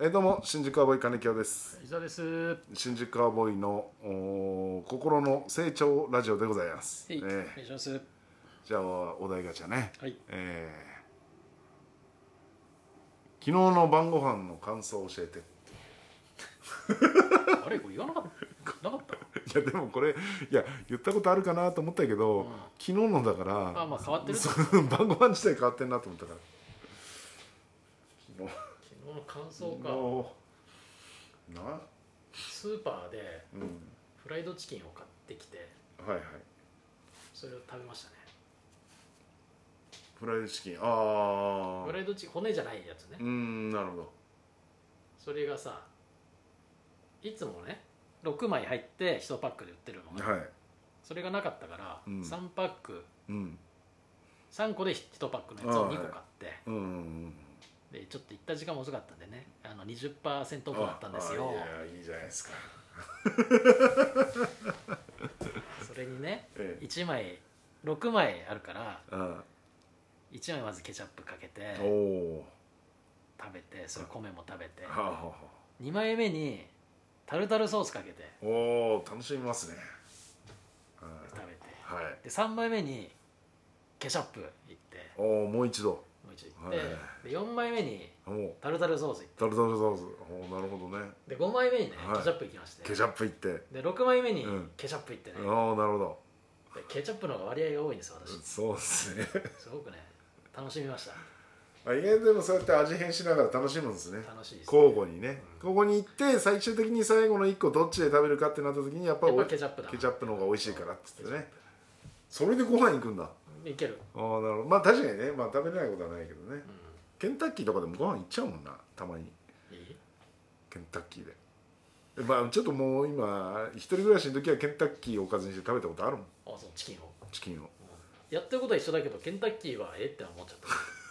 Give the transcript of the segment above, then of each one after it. えーどうも新宿アボーイ金城です伊沢です。新宿アボーイのおー心の成長ラジオでございます、はい、えおー願いします。じゃあお題ガチャね、はい。えー昨日の晩ご飯の感想を教えて あれこれ言わなかった。なかった。いやでもこれいや言ったことあるかなと思ったけど、昨日のだからあまあ変わってる。そ昨う晩ご飯自体変わってんなと思ったから昨日日の感想か。のなスーパーでうんフライドチキンを買ってきて、はいはいそれを食べましたね。フライドチキンああフライドチキン骨じゃないやつねう。んなるほどそれがさ、いつもね、6枚入って1パックで売ってるのが、はい、それがなかったから、うん3パック、うん、 3個で1パックのやつを2個買って。うんうんうんでちょっと行った時間も遅かったんでねあの20%オフだったんですよああいやいいじゃないですかそれにねええ1枚6枚あるからあ1枚まずケチャップかけてあおお食べてそれ米も食べてはあはあは2枚目にタルタルソースかけてあおお楽しみますね食べてはいはいで3枚目にケチャップいっておおもう一度もう一度いっはいてで4枚目にもうタルタルソースいっタルタルソースおおなるほどねてで5枚目にねはいケチャップいきましてケチャップいってで6枚目にうんケチャップいってねああなるほどでケチャップの方が割合が多いんですよ私そうです ねすごくね楽しみましたあいやでもそうやって味変しながら楽しむんですね楽しいですね交互にね、ここに行って最終的に最後の1個どっちで食べるかってなった時にやっぱやっぱおケチャップだケチャップの方が美味しいからって言ってねそれでご飯行くんだいけるああなるほどまあ確かにね、まあ、食べれないことはないけどね、ケンタッキーとかでもご飯行っちゃうもんなたまにいいケンタッキーでまあちょっともう今一人暮らしの時はケンタッキーをおかずにして食べたことあるもんあそうチキンをチキンをやってることは一緒だけどケンタッキーはえって思っち ゃっ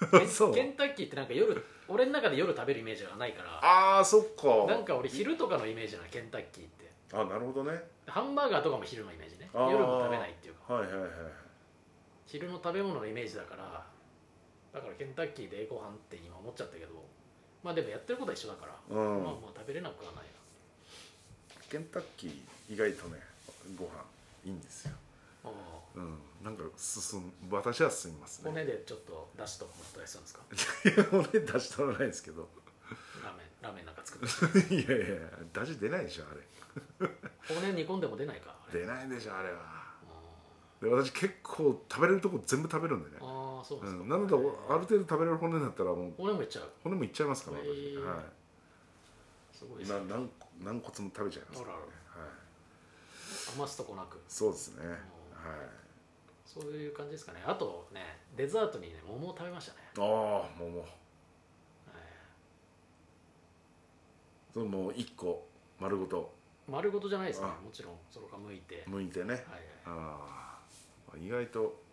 たケンそうケンタッキーってなんか夜俺の中で夜食べるイメージがないからああそっかなんか俺昼とかのイメージなのケンタッキーってあなるほどねハンバーガーとかも昼のイメージねあー夜も食べないっていうかはいはいはい昼の食べ物のイメージだからだからケンタッキーでご飯って今思っちゃったけどまあでもやってることは一緒だから、うんまあまあ食べれなくはないケンタッキー意外とねご飯いいんですよなあうんなんか進む私は進みますーね骨でちょっとだしとかもったりするん ですか骨出し取らないですけどラーメンラーメンなんか作っ ていやいや出汁出ないでしょあれ骨煮込んでも出ないかあれ出ないでしょあれはうんで私結構食べれるとこ全部食べるんでね、ああそううなんですか、ん、なのである程度食べれる骨だったらもう骨もいっちゃう骨もいっちゃいますからへ私、ーはすごいい、ですねな何個何骨も食べちゃいますから、ねあらはい、余すとこなくそうですねはいそういう感じですかねあとねデザートにね桃を食べましたね、ああ桃はそれもう1個丸ごとい丸ごとじゃないですねあもちろんそのか剥いて、剥いてね、はいはいああ意外と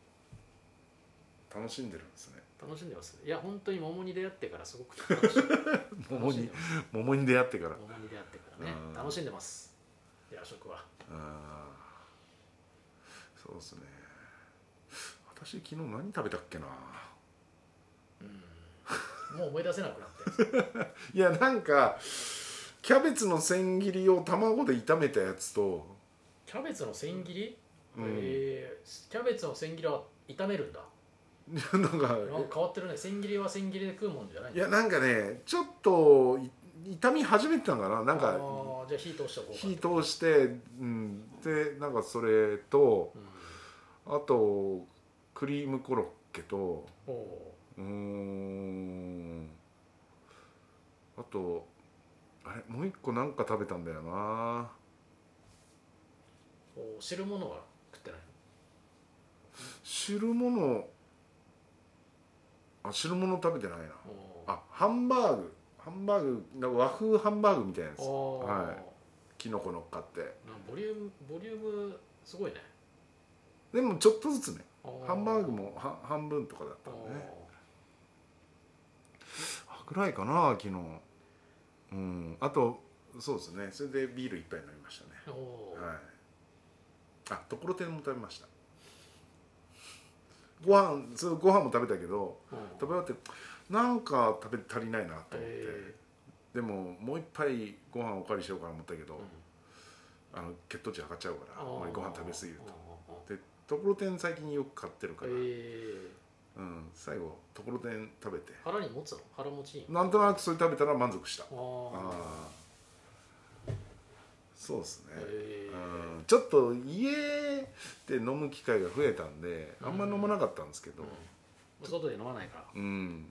楽しんでるんですね楽しんでますいや本当に桃に出会ってからすごく楽しい 桃楽しんにでます桃に出会ってから桃に出会ってからねうん楽しんでます夜食はあーそうですね私昨日何食べたっけなもう思い出せなくなってるいやなんかキャベツの千切りを卵で炒めたやつとキャベツの千切り、うんえーキャベツの千切りは炒めるんだなんかなんか変わってるね千切りは千切りで食うもんじゃないいやなんかねちょっとい痛み始めてたんかななんあかーじゃあ火通した方が火通して、うん、でなんかそれとうんあとクリームコロッケとおおうーんあとあれもう一個なんか食べたんだよなーおー汁物は食ってない汁物あ汁物食べてないなおーあハンバーグハンバーグなんか和風ハンバーグみたいなやつおーはいきのこ乗っかってなんかボリュームボリュームすごいねでもちょっとずつねおハンバーグもは半分とかだったんでねあぐらいかな昨日うんあとそうですねそれでビール一杯飲みましたねおーおーはい、あところてんも食べましたご飯そうご飯も食べたけどうん食べ終わってなんか食べ足りないなと思って、えでももう一杯ご飯お借りしようかなと思ったけど、うんあの血糖値上がっちゃうからあんまりご飯食べ過ぎるとあーところてん最近よく買ってるから、えうん、最後ところてん食べてー、腹に持つの腹持ちいいのなんとなくそれ食べたら満足したああーそうですねあ、えうんちょっと家で飲む機会が増えたんであんま飲まなかったんですけーどうん、外で飲まないからうん、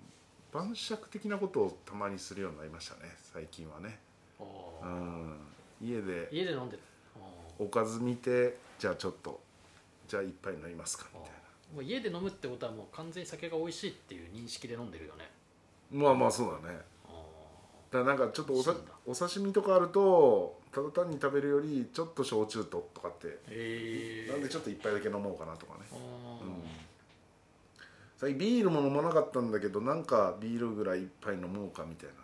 晩酌的なことをたまにするようになりましたね最近はね、あうーん、家で家で飲んであーおかず見てじゃあちょっとじゃあ一杯飲みますかみたいもう家で飲むってことはもう完全に酒が美味しいっていう認識で飲んでるよねなまあまあそうだねあだからなんかちょっとおさそうだお刺身とかあるとただ単に食べるよりちょっと焼酎ととかってーえー、なんでちょっと一杯だけ飲もうかなとかねあー、最近ビールも飲まなかったんだけどなんかビールぐらい一杯飲もうかみ たいな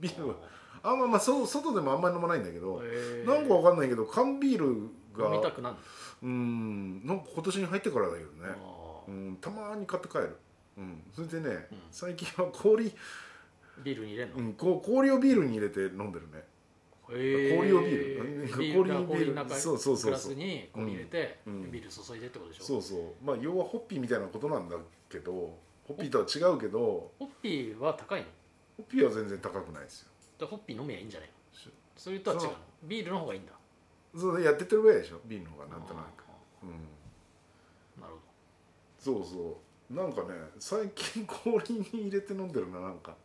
ビールはあまあまあそう外でもあんまり飲まないんだけど、えーなんかわかんないけど缶ビールが飲みたくなるうんなんか今年に入ってからだけどあね、うん、たまーに買って帰る、うん、それでね、うん最近は氷、ービールに入れんの、うん、こう氷をビールに入れて飲んでるねえ氷をビールうんビール氷に氷ビールの中にそうそうそうそうグラスにこう入れて、うんうんビール注いでってことでしょそうそうまあ要はホッピーみたいなことなんだけどホッピーとは違うけどホホッピーは高いのッピーは全然高くないですよじゃあホッピー飲めばいいんじゃないのそれとは違うそのうビールの方がいいんだそうやってってるぐらいでしょビールの方がなんとなくあうんーなるほそうそうなんかね最近氷に入れて飲んでるななんか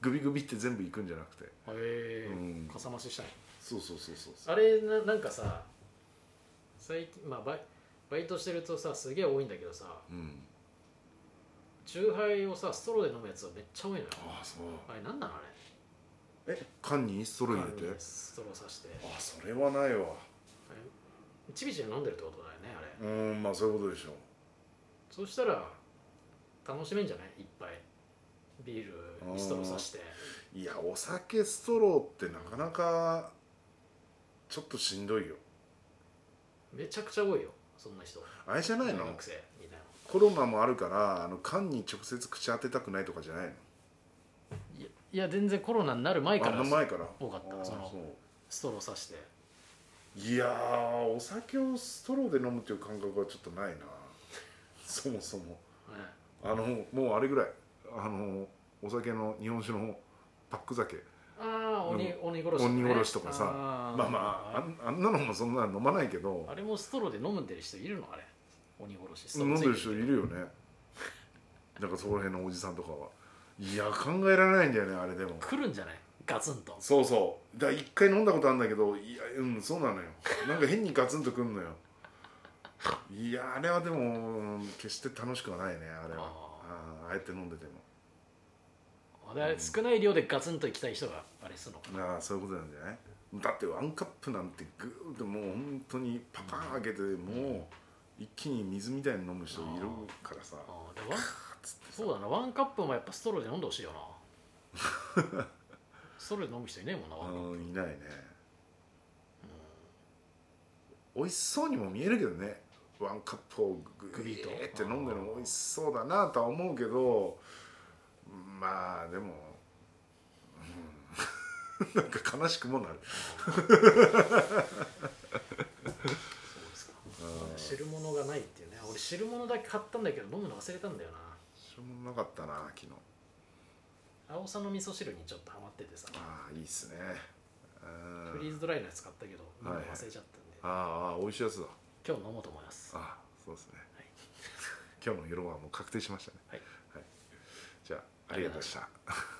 グビグビって全部いくんじゃなくてどへえうんかさ増ししたいそうそうそうそうそうあれななんかさ最近まあバイバイトしてるとさすげえ多いんだけどさうんチューハイをさストローで飲むやつはめっちゃ多いのよああそうあれなんなのあれえ缶にストロー入れ缶てにストローさしてあそれはないわちびちび飲んでるってことだよねあれうーんまあそういうことでしょそうしたら楽しめんじゃないいっぱいビールにストローさしてういやお酒ストローってなかなかちょっとしんどいよめちゃくちゃ多いよそんな人あれじゃない大の学生みたいなコロナもあるからあの缶に直接口当てたくないとかじゃないのいやいや全然コロナになる前かあらの前から多かったあーそのうストローさしていやーお酒をストローで飲むっていう感覚はちょっとないな そもそもねあのもうあれぐらいあのお酒の日本酒のパック酒ああ鬼,、う鬼殺しとか、ね、鬼殺しとかさあーまあまああんあんなのもそんなの飲まないけどあれもストローで飲むんでる人いるのあれ鬼殺しスト飲ローんつでいる人いるよねなんかそこら辺のおじさんとかはいや考えられないんだよねあれでも来るんじゃないガツンとそうそうだから一回飲んだことあるんだけどいやうんそうなのよなんか変にガツンとくんのよいやあれはでもうん決して楽しくはないねあれはあああえて飲んでてもあれ少ない量でガツンと行きたい人があれするのかああそういうことなんじゃないだってワンカップなんてグーってもう本当にパパー開けてもう一気に水みたいに飲む人いるからさあーでワンそうだなワンカップもやっぱストローで飲んでほしいよな ストローで飲む人いねえもんなワンカッうんいないね美味しそうにも見えるけどねワンカップをグビーって飲んでるの美味しそうだなとは思うけどまあでも、うん なんか悲しくもなるプそうですか汁物がないっていうね俺汁物だけ買ったんだけど飲むの忘れたんだよなそれもなかったな昨日青さの味噌汁にちょっとハマっててさああいいっすねうんフリーズドライのやつ買ったけど飲むはのい忘れちゃったんで、ああ美味しいやつだ今日飲もうと思いますあそうですね、 今日の夜はもう確定しましたねはい、はい、じゃあありがとうございました